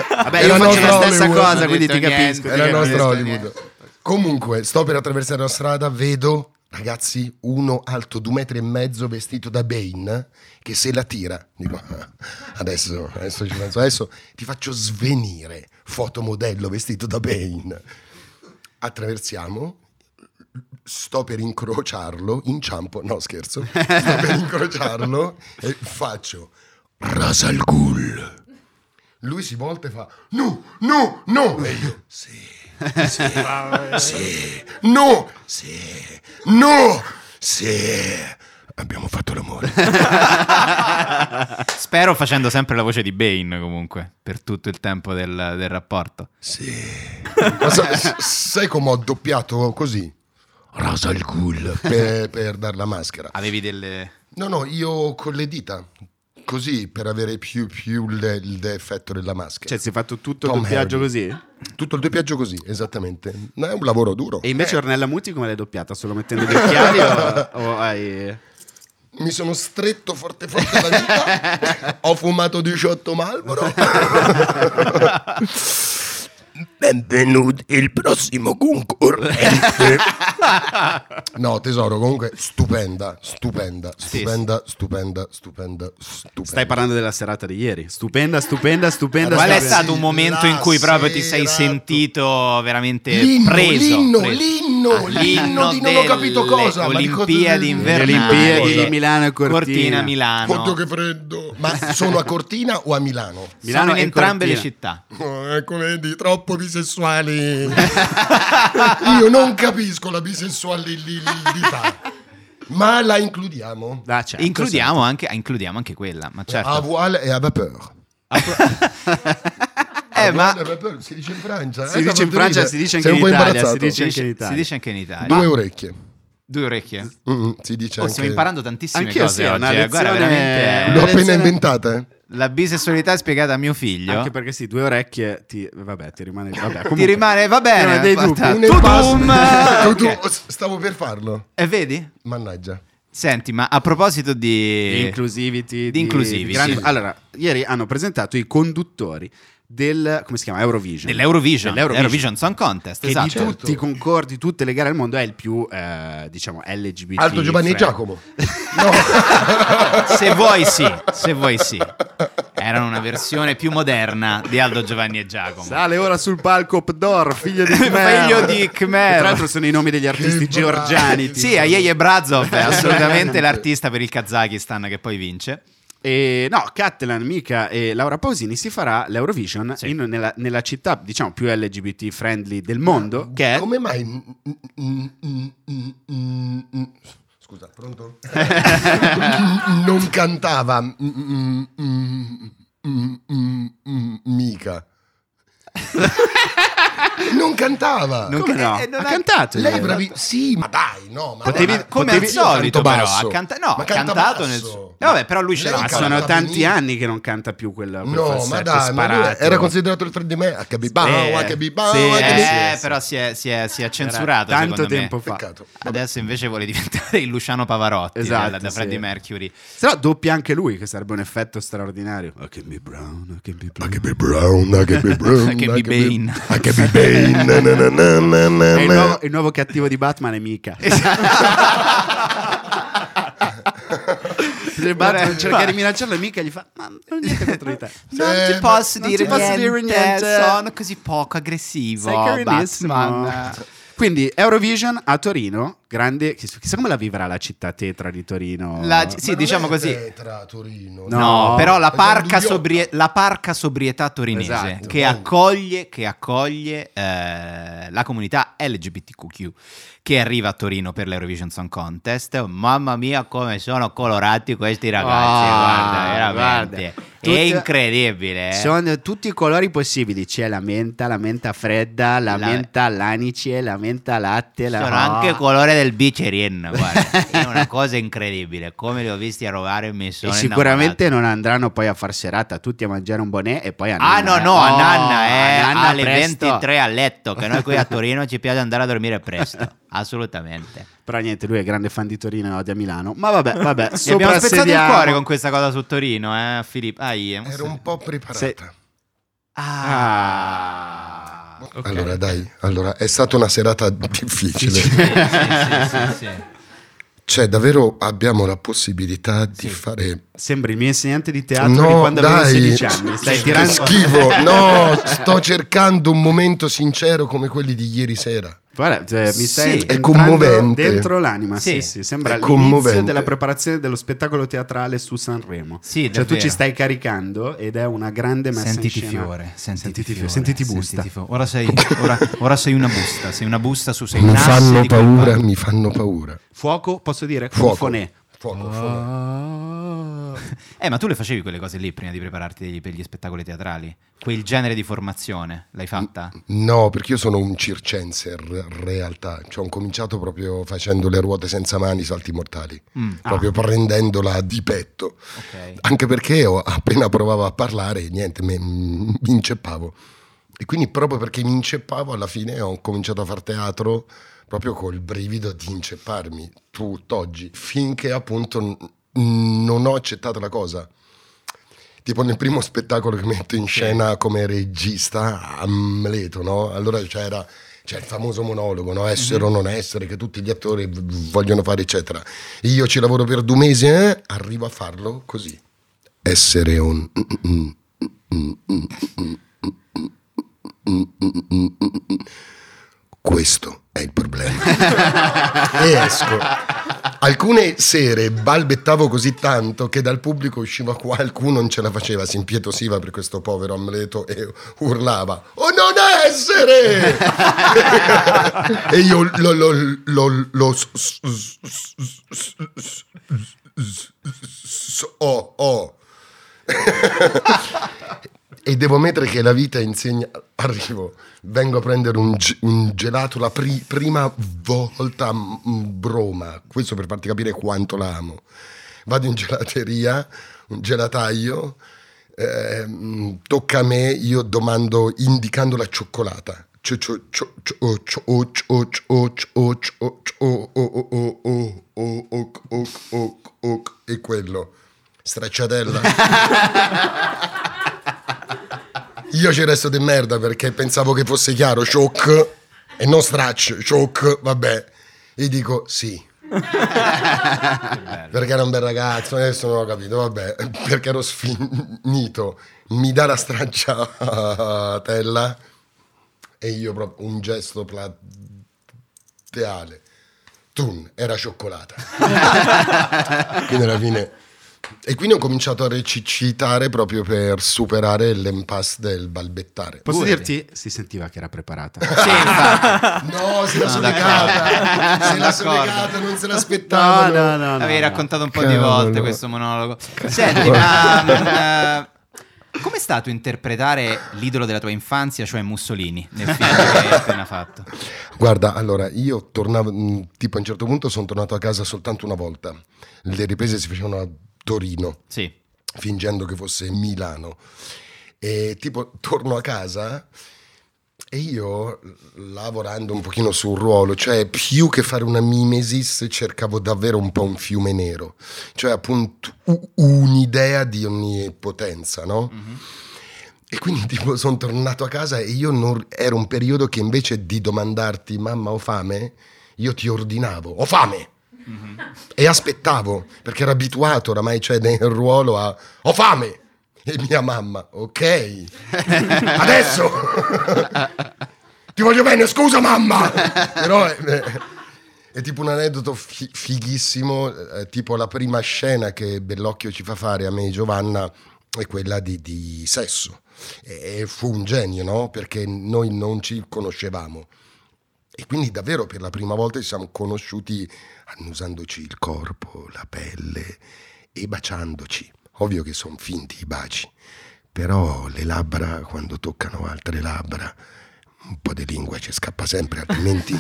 Speaker 1: Vabbè, io
Speaker 8: Era
Speaker 1: faccio
Speaker 8: nostro
Speaker 1: la stessa
Speaker 8: Hollywood.
Speaker 1: cosa, quindi
Speaker 2: Non ho
Speaker 1: ti
Speaker 2: detto
Speaker 1: capisco.
Speaker 2: niente.
Speaker 1: ti
Speaker 8: era il
Speaker 2: non
Speaker 8: nostro
Speaker 2: riesco a
Speaker 8: Hollywood.
Speaker 2: niente.
Speaker 8: Comunque, sto per attraversare la strada, vedo ragazzi uno alto due metri e mezzo vestito da Bane che se la tira. Dico, "Ah, adesso, adesso ci penso, adesso ti faccio svenire, fotomodello vestito da Bane. Attraversiamo. Sto per incrociarlo, inciampo, no scherzo, sto per incrociarlo e faccio Rasal Ghul. Lui si volta e fa no, no, no. E io sì, sì, sì, no, sì, no, sì. Abbiamo fatto l'amore.
Speaker 2: Spero facendo sempre la voce di Bane comunque, per tutto il tempo del, del rapporto.
Speaker 8: Sì. Ma sa- s- sai come ho doppiato così? Rasal Ghul per, per dar la maschera.
Speaker 2: Avevi delle...
Speaker 8: No, no, io con le dita. Così per avere più, più le- l'effetto della maschera.
Speaker 1: Cioè, si è fatto tutto
Speaker 8: Tom
Speaker 1: il doppiaggio
Speaker 8: Hardy.
Speaker 1: così?
Speaker 8: Tutto il doppiaggio così, esattamente. Ma È un lavoro duro.
Speaker 1: E invece Ornella Muti come l'hai doppiata? Solo mettendo gli occhiali o, o hai...
Speaker 8: Mi sono stretto forte forte la vita. Ho fumato 18 Malboro. Benvenuti il prossimo concorrente. no, tesoro, comunque stupenda, stupenda, stupenda, stupenda, stupenda, stupenda.
Speaker 1: Stai parlando della serata di ieri. Stupenda, stupenda, stupenda.
Speaker 2: Qual è
Speaker 1: stupenda.
Speaker 2: stato un momento in cui proprio ti sei
Speaker 8: Sera-
Speaker 2: sentito veramente
Speaker 8: L'inno,
Speaker 2: preso?
Speaker 8: l'inno,
Speaker 2: preso?
Speaker 8: l'inno,
Speaker 2: Ah,
Speaker 8: l'inno di non ho capito
Speaker 2: delle
Speaker 8: cosa, ma di cosa-
Speaker 2: Olimpiadi
Speaker 1: Le
Speaker 2: invernali.
Speaker 1: Olimpiadi
Speaker 2: Cosa?
Speaker 1: di Milano e Cortina.
Speaker 2: Cortina, Milano.
Speaker 8: Oddio che freddo. Ma sono a Cortina o a Milano?
Speaker 1: Milano
Speaker 2: Sono in
Speaker 1: e
Speaker 2: entrambe le
Speaker 1: Cortina.
Speaker 2: città.
Speaker 8: Oh, ecco, vedi, troppo bisessuali. Io non capisco la bisessualità, ma la includiamo.
Speaker 1: Ah, certo,
Speaker 2: includiamo, anche, ah, includiamo anche quella, ma certo.
Speaker 8: A voile e a vapeur.
Speaker 2: Eh,
Speaker 8: A
Speaker 2: ma
Speaker 8: voile e a vapeur, si dice in Francia.
Speaker 1: Si
Speaker 8: Eh,
Speaker 1: dice in
Speaker 8: t'ha fatto
Speaker 1: Francia,
Speaker 8: ridere.
Speaker 1: si dice anche
Speaker 8: Sei un
Speaker 1: in
Speaker 8: po'
Speaker 1: Italia,
Speaker 8: imbarazzato.
Speaker 1: si dice- anche
Speaker 2: si
Speaker 1: in
Speaker 2: dice,
Speaker 1: Italia.
Speaker 2: si dice anche in Italia.
Speaker 8: Due orecchie.
Speaker 2: Due orecchie.
Speaker 8: Mm, si dice
Speaker 2: Oh,
Speaker 8: anche...
Speaker 2: stiamo imparando tantissime
Speaker 1: Anch'io
Speaker 2: cose
Speaker 1: sì, è
Speaker 2: oggi.
Speaker 1: una
Speaker 2: eh. Guarda,
Speaker 1: lezione-
Speaker 2: veramente,
Speaker 8: L'ho
Speaker 2: eh,
Speaker 1: Una
Speaker 8: appena
Speaker 1: lezione-
Speaker 8: inventata, eh?
Speaker 2: La bisessualità è spiegata a mio figlio.
Speaker 1: Anche perché sì, due orecchie ti... Vabbè, ti rimane... Vabbè,
Speaker 2: Ti
Speaker 1: comunque-
Speaker 2: rimane, va
Speaker 1: Ti rimane
Speaker 2: bene.
Speaker 1: dei
Speaker 2: basta.
Speaker 1: dubbi.
Speaker 8: Un impasto-
Speaker 2: Tudum!
Speaker 8: Tudum,
Speaker 2: Ok.
Speaker 8: Stavo per farlo.
Speaker 2: E Eh, vedi?
Speaker 8: Mannaggia.
Speaker 2: Senti, ma a proposito
Speaker 1: Di
Speaker 2: di...
Speaker 1: inclusivity.
Speaker 2: di inclusivity,
Speaker 1: grandi-
Speaker 2: sì.
Speaker 1: Allora, ieri hanno presentato i conduttori del... Come si chiama? Eurovision. Certo.
Speaker 2: Dell'Eurovision,
Speaker 1: Dell'Eurovision.
Speaker 2: Eurovision Song Contest,
Speaker 1: Che
Speaker 2: esatto.
Speaker 1: di tutti i concordi, tutte le gare al mondo è il più, eh, diciamo, LGBT.
Speaker 8: Alto Giovanni e
Speaker 1: friendly.
Speaker 8: Giacomo. No.
Speaker 2: Se vuoi sì, se vuoi sì. Erano una versione più moderna di Aldo Giovanni e Giacomo.
Speaker 1: Sale ora sul palco Pdor, figlio di Khmer.
Speaker 2: Meglio di Khmer.
Speaker 1: Che Tra l'altro sono i nomi degli artisti
Speaker 8: Che
Speaker 1: georgiani. tipo.
Speaker 2: Sì, Ayeje Brazov è assolutamente l'artista per il Kazakistan che poi vince.
Speaker 1: E, no, Catalan, Mica e Laura Pausini si farà l'Eurovision
Speaker 2: Sì.
Speaker 1: in- nella, nella città, diciamo, più LGBT friendly del mondo, che è
Speaker 8: Ah, Come mai? Mm, mm, mm, mm, mm, mm. Scusa, pronto? non cantava mm, mm, mm, mm, mm, mm, mica. non cantava.
Speaker 1: Non
Speaker 2: Come
Speaker 1: ca-
Speaker 2: no?
Speaker 1: eh, non
Speaker 2: Ha
Speaker 1: ha cantato.
Speaker 8: Lei è
Speaker 1: eh.
Speaker 8: bravi- Sì, ma dai, no. Ma
Speaker 2: Potevi-
Speaker 8: ma-
Speaker 2: come
Speaker 8: potevi-
Speaker 2: al solito,
Speaker 8: Io canto
Speaker 2: però,
Speaker 8: basso.
Speaker 2: ha canta- no,
Speaker 8: Ma
Speaker 2: ha
Speaker 8: canta
Speaker 2: cantato
Speaker 8: basso.
Speaker 2: nel suo- Eh, vabbè, però lui ce
Speaker 8: Lei
Speaker 2: l'ha,
Speaker 1: Ma
Speaker 8: canta
Speaker 1: sono tanti
Speaker 8: benissimo.
Speaker 1: anni che non canta più quella quel
Speaker 8: No, ma
Speaker 1: falsetto
Speaker 8: dai, ma lui
Speaker 1: sparato.
Speaker 8: era considerato il friend di me. HBBAO,
Speaker 1: Eh,
Speaker 8: HBBAO,
Speaker 1: sì,
Speaker 8: HBBAO.
Speaker 1: sì,
Speaker 2: Eh,
Speaker 1: sì.
Speaker 2: però si è, si è- si è
Speaker 1: Era
Speaker 2: censurato.
Speaker 1: tanto
Speaker 2: secondo me.
Speaker 1: tempo fa.
Speaker 8: Peccato.
Speaker 2: Adesso invece vuole diventare il Luciano Pavarotti
Speaker 1: Esatto,
Speaker 2: da, da
Speaker 1: sì.
Speaker 2: Freddie Mercury.
Speaker 1: Se no, doppia anche lui, che sarebbe un effetto straordinario. Ah, I can be brown, I can be blue.
Speaker 8: HB Brown, HB Brown,
Speaker 2: I can be Bane.
Speaker 8: HB Bane. na, na, na, na, na,
Speaker 1: E il,
Speaker 8: na.
Speaker 1: nuovo, il nuovo cattivo di Batman è Mica.
Speaker 8: Esatto.
Speaker 1: Il Cioè, Batman cerca di minacciarlo e Mica gli fa: Ma non ho niente contro di te.
Speaker 2: Non
Speaker 8: Eh,
Speaker 2: ti posso
Speaker 1: non
Speaker 2: dire
Speaker 1: ti posso
Speaker 2: niente,
Speaker 1: dire niente.
Speaker 2: sono così poco aggressivo.
Speaker 1: Sei carinissimo.
Speaker 2: Batman.
Speaker 1: Quindi Eurovision a Torino, grande. chiss- Chissà come la vivrà la città tetra di Torino.
Speaker 2: La- sì,
Speaker 8: Ma non
Speaker 2: diciamo
Speaker 8: è
Speaker 2: così.
Speaker 8: Tetra, Torino.
Speaker 2: No,
Speaker 1: No,
Speaker 2: però la
Speaker 8: è
Speaker 2: parca,
Speaker 8: Don
Speaker 2: sobrie- la parca sobrietà torinese
Speaker 1: Esatto.
Speaker 2: che
Speaker 8: Oh.
Speaker 2: accoglie, che accoglie eh, la comunità LGBTQQ che arriva a Torino per l'Eurovision Song Contest. Mamma mia, come sono colorati questi ragazzi!
Speaker 1: Ah,
Speaker 2: guarda, veramente
Speaker 1: guarda.
Speaker 2: è
Speaker 1: Tutti-
Speaker 2: incredibile. eh.
Speaker 1: Sono tutti i colori possibili. C'è la menta, la menta fredda, la,
Speaker 2: La-
Speaker 1: menta all'anice, la menta latte. La... Ah.
Speaker 2: Sono anche il colore del bicerien, guarda, è una cosa incredibile. Come li ho visti arrivare mi sono
Speaker 1: E sicuramente
Speaker 2: innamorato.
Speaker 1: non andranno poi a far serata tutti a mangiare un bonnet e poi a
Speaker 2: Ah no
Speaker 1: nanna.
Speaker 2: no, a
Speaker 1: Oh,
Speaker 2: Nanna, eh,
Speaker 1: a nanna
Speaker 2: alle
Speaker 1: presto.
Speaker 2: 23 a letto, che noi qui a Torino ci piace andare a dormire presto, assolutamente.
Speaker 1: Però niente, lui è grande fan di Torino e odia Milano. Ma vabbè, vabbè,
Speaker 2: Gli abbiamo spezzato il
Speaker 1: soprassediamo.
Speaker 2: cuore con questa cosa su Torino, eh, a Filippo. Ah, io-
Speaker 8: Ero un po' preparata.
Speaker 1: Se-
Speaker 2: Ah.
Speaker 3: Ok.
Speaker 8: Allora, dai, allora, è stata una serata difficile.
Speaker 2: Sì, sì, sì, sì.
Speaker 8: Cioè, davvero abbiamo la possibilità di fare.
Speaker 1: Sembri il mio insegnante di teatro di
Speaker 8: no,
Speaker 1: quando avevo
Speaker 8: dai,
Speaker 1: 16 anni. Stai
Speaker 8: che
Speaker 1: tirando.
Speaker 8: schifo. No, sto cercando un momento sincero come quelli di ieri sera.
Speaker 1: Guarda, cioè, mi stai
Speaker 2: Sì.
Speaker 1: entrando
Speaker 8: È commovente.
Speaker 1: dentro l'anima. Sì,
Speaker 2: Sì.
Speaker 1: sì, sembra
Speaker 8: È
Speaker 1: l'inizio
Speaker 8: commovente.
Speaker 1: della preparazione dello spettacolo teatrale su Sanremo.
Speaker 2: Sì,
Speaker 1: cioè, tu
Speaker 2: davvero.
Speaker 1: ci stai caricando ed è una grande messa
Speaker 2: Sentiti
Speaker 1: in scena.
Speaker 2: fiore, sentiti,
Speaker 1: Sentiti
Speaker 2: fiore,
Speaker 1: fiore, sentiti busta.
Speaker 2: fiore. Ora, sei, ora, ora sei una busta, sei una busta su sei
Speaker 8: Mi
Speaker 2: un asse
Speaker 8: fanno
Speaker 2: di quel
Speaker 8: paura,
Speaker 2: palco.
Speaker 8: mi fanno paura.
Speaker 1: Fuoco, posso dire?
Speaker 8: Fuoco.
Speaker 1: Cufonè.
Speaker 8: Fuoco,
Speaker 1: Ah.
Speaker 8: fuoco.
Speaker 2: Eh, ma tu le facevi quelle cose lì prima di prepararti per gli spettacoli teatrali? Quel genere di formazione l'hai fatta?
Speaker 8: No, perché io sono un circense in realtà. Cioè, ho cominciato proprio facendo le ruote senza mani, salti mortali,
Speaker 2: Mm,
Speaker 1: Ah.
Speaker 8: proprio prendendola di petto.
Speaker 2: ok.
Speaker 8: Anche perché ho- appena provavo a parlare, niente, me- mi inceppavo. E quindi proprio perché mi inceppavo, alla fine ho cominciato a far teatro proprio col brivido di incepparmi tutt'oggi, finché appunto n- non ho accettato la cosa. Tipo nel primo spettacolo che metto in scena come regista, Amleto, no? Allora c'era c'è il famoso monologo, no? essere o non essere, che tutti gli attori v- vogliono fare, eccetera. Io ci lavoro per due mesi, eh? arrivo a farlo così. Essere un... Questo è il problema. e esco. Alcune sere balbettavo così tanto che dal pubblico usciva qualcuno, non ce la faceva, si impietosiva per questo povero Amleto e urlava: Oh, non essere! e io lo. lo, lo, lo s- s- s- s- s- s- s- s- s- oh, oh. E E devo mettere che la vita insegna. Arrivo, vengo a prendere un, ge- un gelato la pri- prima volta a M- Broma. Questo per farti capire quanto la amo. Vado in gelateria, un gelataio. ehm, tocca a me, io domando indicando la cioccolata. Cio- cio- cio- cio- oh, cio- oh, cio- cio- cio- cio- cio- oh, oh, oh, oh, oh, oh, oc, oc, oc, oc. E quello, stracciatella. Io ci resto di merda perché pensavo che fosse chiaro, shock e non straccio, shock, vabbè. E dico sì. perché era un bel ragazzo, adesso non ho capito, vabbè, perché ero sfinito. Mi dà la stracciatella e io proprio un gesto plateale. Tun, era cioccolata. quindi alla fine... E quindi ho cominciato a recitare proprio per superare l'impasse del balbettare.
Speaker 1: Posso
Speaker 2: Pure.
Speaker 1: dirti? Si sentiva che era preparata.
Speaker 2: Sì, infatti.
Speaker 8: No, se la sono
Speaker 2: d'accordo.
Speaker 8: legata, se la sono
Speaker 2: D'accordo.
Speaker 8: legata, non se l'aspettavano.
Speaker 1: no.
Speaker 2: Avevi raccontato un po' di
Speaker 8: Cavolo.
Speaker 2: volte questo monologo. Senti, ma mm, eh, com'è stato interpretare l'idolo della tua infanzia, cioè Mussolini, nel film che hai appena fatto?
Speaker 8: Guarda, allora io tornavo, mh, tipo a un certo punto sono tornato a casa soltanto una volta. Le riprese si facevano a Torino.
Speaker 2: Sì.
Speaker 8: fingendo che fosse Milano. E tipo torno a casa e io lavorando un pochino sul ruolo, cioè più che fare una mimesis cercavo davvero un po' un fiume nero, cioè appunto u- un'idea di onnipotenza, no? E quindi tipo sono tornato a casa e io non, era un periodo che invece di domandarti mamma ho fame, io ti ordinavo ho fame e aspettavo perché ero abituato oramai cioè nel ruolo a ho fame e mia mamma ok adesso ti voglio bene scusa mamma però eh, eh, è tipo un aneddoto fi- fighissimo eh, tipo la prima scena che Bellocchio ci fa fare a me e Giovanna è quella di, di sesso e e fu un genio no perché noi non ci conoscevamo e quindi davvero per la prima volta ci siamo conosciuti annusandoci il corpo, la pelle e baciandoci. Ovvio che sono finti i baci, però le labbra quando toccano altre labbra, un po' di lingua ci scappa sempre, altrimenti,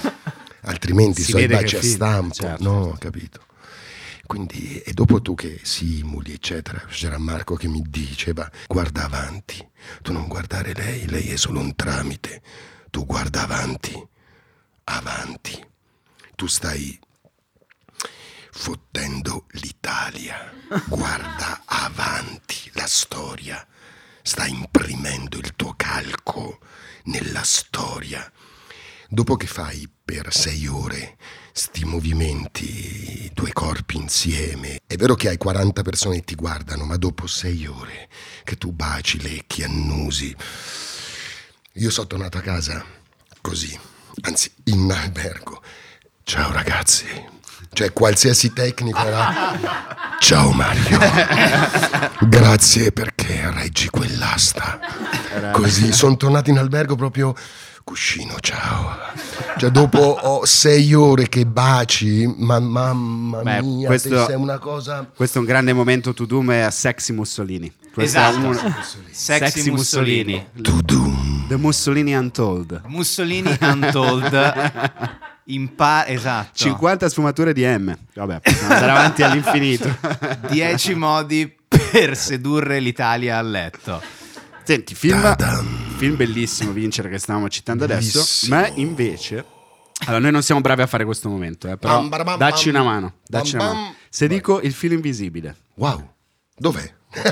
Speaker 8: altrimenti
Speaker 1: Si
Speaker 8: so i
Speaker 1: vede che
Speaker 8: baci a
Speaker 1: è finta,
Speaker 8: stampo,
Speaker 1: certo,
Speaker 8: no? Capito? Quindi, e dopo tu che simuli, eccetera, c'era Marco che mi diceva, guarda avanti, tu non guardare lei, lei è solo un tramite, tu guarda avanti, avanti, tu stai fottendo l'Italia, guarda avanti la storia, sta imprimendo il tuo calco nella storia. Dopo che fai per sei ore sti movimenti, i due corpi insieme, è vero che hai 40 persone che ti guardano, ma dopo sei ore che tu baci, lecchi, annusi. Io sono tornato a casa così, anzi in albergo. Ciao ragazzi. Cioè qualsiasi tecnico era... Ciao Mario. Grazie perché reggi quell'asta. Così sono tornato in albergo proprio cuscino, ciao. Cioè dopo ho sei ore che baci, ma mamma
Speaker 1: Beh,
Speaker 8: mia,
Speaker 1: questo-
Speaker 8: è una cosa...
Speaker 1: Questo è un grande momento to doom a Sexy Mussolini. Questo è
Speaker 2: Esatto.
Speaker 1: un-
Speaker 2: Sexy,
Speaker 1: Sexy
Speaker 2: Mussolini.
Speaker 1: Mussolini.
Speaker 8: Tudum.
Speaker 1: The Mussolini Untold.
Speaker 2: Mussolini Untold. Impa- esatto.
Speaker 1: 50 sfumature di M. Vabbè, possiamo andare avanti all'infinito.
Speaker 2: 10 modi per sedurre l'Italia a letto.
Speaker 1: Senti, film,
Speaker 8: Ta-dam.
Speaker 1: film bellissimo, Vincere, che stavamo citando adesso.
Speaker 8: Bellissimo.
Speaker 1: Ma invece, allora, noi non siamo bravi a fare questo momento, eh, però
Speaker 8: Bam, bara, bam,
Speaker 1: dacci
Speaker 8: bam.
Speaker 1: una mano. Dacci
Speaker 8: Bam,
Speaker 1: una
Speaker 8: bam.
Speaker 1: mano. Se dico il filo invisibile,
Speaker 8: Wow, dov'è?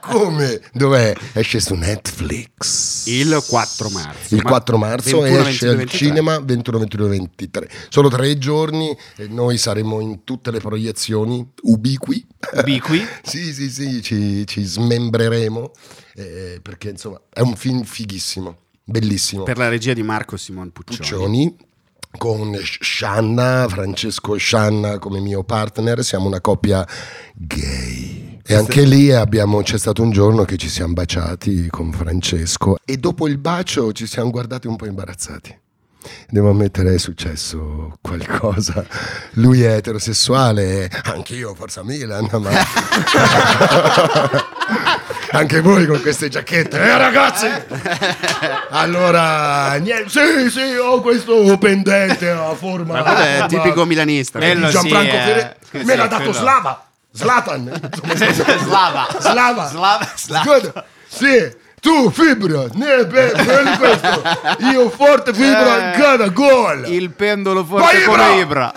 Speaker 8: Come? Dov'è? Esce su Netflix.
Speaker 1: il 4 marzo.
Speaker 8: Il
Speaker 1: Ma-
Speaker 8: 4
Speaker 1: 21,
Speaker 8: marzo esce
Speaker 1: 22,
Speaker 8: al
Speaker 1: 23.
Speaker 8: cinema 21, 22, 23. Solo tre giorni e noi saremo in tutte le proiezioni ubiqui. ecco.
Speaker 2: Ubiqui.
Speaker 8: Sì, sì, sì, ci, ci smembreremo eh, perché insomma è un film fighissimo, bellissimo.
Speaker 1: Per la regia di Marco Simon Puccioni.
Speaker 8: Puccioni con Shanna, Francesco Shanna come mio partner, siamo una coppia gay. E anche lì abbiamo, c'è stato un giorno che ci siamo baciati con Francesco e dopo il bacio ci siamo guardati un po' imbarazzati. Devo ammettere, è successo qualcosa. Lui è eterosessuale, anch'io, forza Milan, ma... Anche voi con queste giacchette, eh ragazzi! Allora, niente, sì, sì, ho questo pendente a forma...
Speaker 1: Ma quello è Eh, tipico milanista.
Speaker 2: Bello.
Speaker 1: capito?
Speaker 8: Gianfranco
Speaker 2: Sì, eh,
Speaker 8: Fiore-
Speaker 2: sì,
Speaker 8: me l'ha
Speaker 2: sì,
Speaker 8: dato
Speaker 2: quello.
Speaker 8: Slava, Zlatan.
Speaker 2: Slava.
Speaker 8: Slava.
Speaker 2: Slava. Slava.
Speaker 8: Guarda, sì, tu fibra, ne, beh, prendi questo. Io forte fibra,
Speaker 2: Eh,
Speaker 8: ancora, gol.
Speaker 2: Il pendolo
Speaker 8: Ma
Speaker 2: forte
Speaker 8: Ibra!
Speaker 2: come Ibra.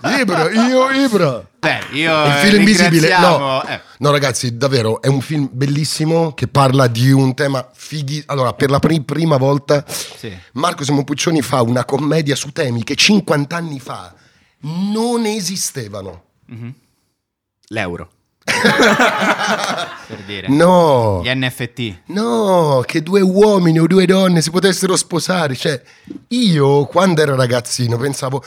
Speaker 8: Ibra, io Ibra.
Speaker 2: Beh, io
Speaker 8: il film
Speaker 2: eh,
Speaker 8: invisibile, no.
Speaker 2: ringraziamo- eh,
Speaker 8: no ragazzi, davvero è un film bellissimo che parla di un tema fighi. Allora, per la pri- prima volta
Speaker 2: sì.
Speaker 8: Marco Semopiccioni fa una commedia su temi che 50 anni fa non esistevano.
Speaker 1: L'euro.
Speaker 2: Per dire.
Speaker 8: No.
Speaker 2: Gli NFT.
Speaker 8: No, che due uomini o due donne si potessero sposare. Cioè, io quando ero ragazzino pensavo.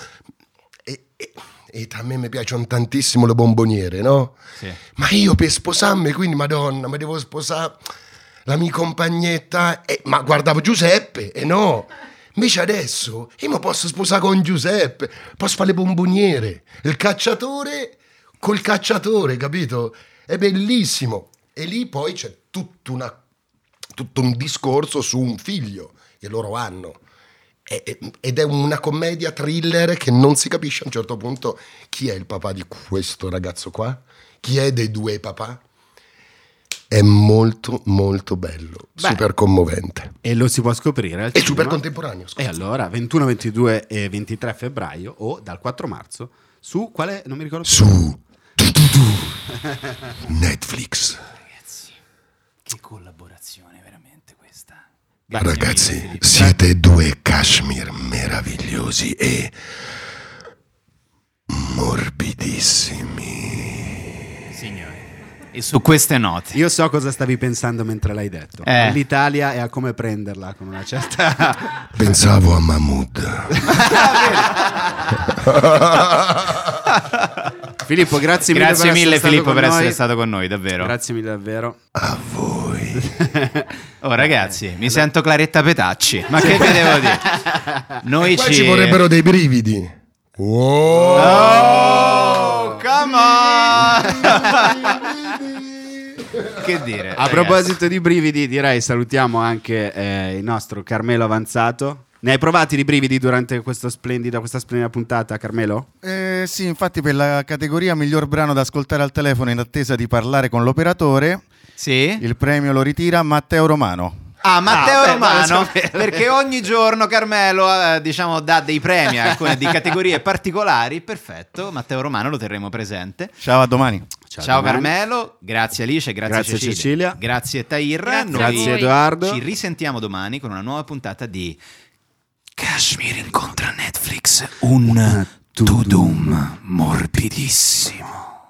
Speaker 8: E, e- e a me mi piacciono tantissimo le bomboniere, no?
Speaker 2: Sì.
Speaker 8: Ma io per sposarmi, quindi, madonna, ma devo sposare la mia compagnetta. E- ma guardavo Giuseppe, e no. Invece adesso io mi posso sposare con Giuseppe, posso fare le bomboniere, il cacciatore col cacciatore, capito? È bellissimo. E lì poi c'è tutta una- tutto un discorso su un figlio che loro hanno. E- e- Ed è una commedia thriller che non si capisce a un certo punto chi è il papà di questo ragazzo qua, chi è dei due papà. È molto molto bello,
Speaker 1: Beh.
Speaker 8: super commovente
Speaker 1: E lo si può scoprire. al
Speaker 8: e
Speaker 1: cinema.
Speaker 8: super contemporaneo. scusa.
Speaker 1: E allora, 21, 22 e 23 febbraio o dal 4 marzo su quale non mi ricordo più.
Speaker 8: Su tu, tu, tu. Netflix.
Speaker 7: Che collaborazione veramente questa.
Speaker 8: Ragazzi, siete due cashmere meravigliosi e morbidissimi.
Speaker 2: Signore. E su queste note.
Speaker 1: Io so cosa stavi pensando mentre l'hai detto.
Speaker 2: Eh.
Speaker 1: All'Italia e a come prenderla con una certa
Speaker 8: Pensavo a Mahmood.
Speaker 1: Ah, Filippo, grazie mille.
Speaker 2: Grazie
Speaker 1: per essere
Speaker 2: mille
Speaker 1: stato
Speaker 2: Filippo
Speaker 1: con
Speaker 2: per
Speaker 1: noi.
Speaker 2: essere stato con noi, davvero.
Speaker 1: Grazie mille davvero.
Speaker 8: A voi.
Speaker 2: Oh ragazzi, mi sento Claretta Petacci. Ma che vi devo dire? Noi
Speaker 8: Qua ci vorrebbero dei brividi.
Speaker 2: Oh, come on! che dire?
Speaker 1: A
Speaker 2: Eh, ragazzi?
Speaker 1: proposito di brividi, direi salutiamo anche eh, il nostro Carmelo Avanzato. Ne hai provati di brividi durante questo splendida, questa splendida puntata, Carmelo?
Speaker 6: Eh, sì, infatti per la categoria miglior brano da ascoltare al telefono in attesa di parlare con l'operatore,
Speaker 2: Sì?
Speaker 6: il premio lo ritira Matteo Romano.
Speaker 2: Ah, Matteo
Speaker 1: Ah, beh,
Speaker 2: Romano,
Speaker 1: vado a sapere.
Speaker 2: perché ogni giorno Carmelo eh, diciamo dà dei premi a alcune di categorie particolari, perfetto, Matteo Romano lo terremo presente.
Speaker 6: Ciao, a domani.
Speaker 2: Ciao,
Speaker 1: domani.
Speaker 2: Carmelo, grazie Alice, grazie,
Speaker 1: Grazie
Speaker 2: Cecilia.
Speaker 1: Cecilia.
Speaker 2: grazie Tahir,
Speaker 4: Grazie a
Speaker 2: Noi
Speaker 1: Grazie Edoardo.
Speaker 2: ci risentiamo domani con una nuova puntata di
Speaker 7: Kashmir incontra Netflix un tudum morbidissimo.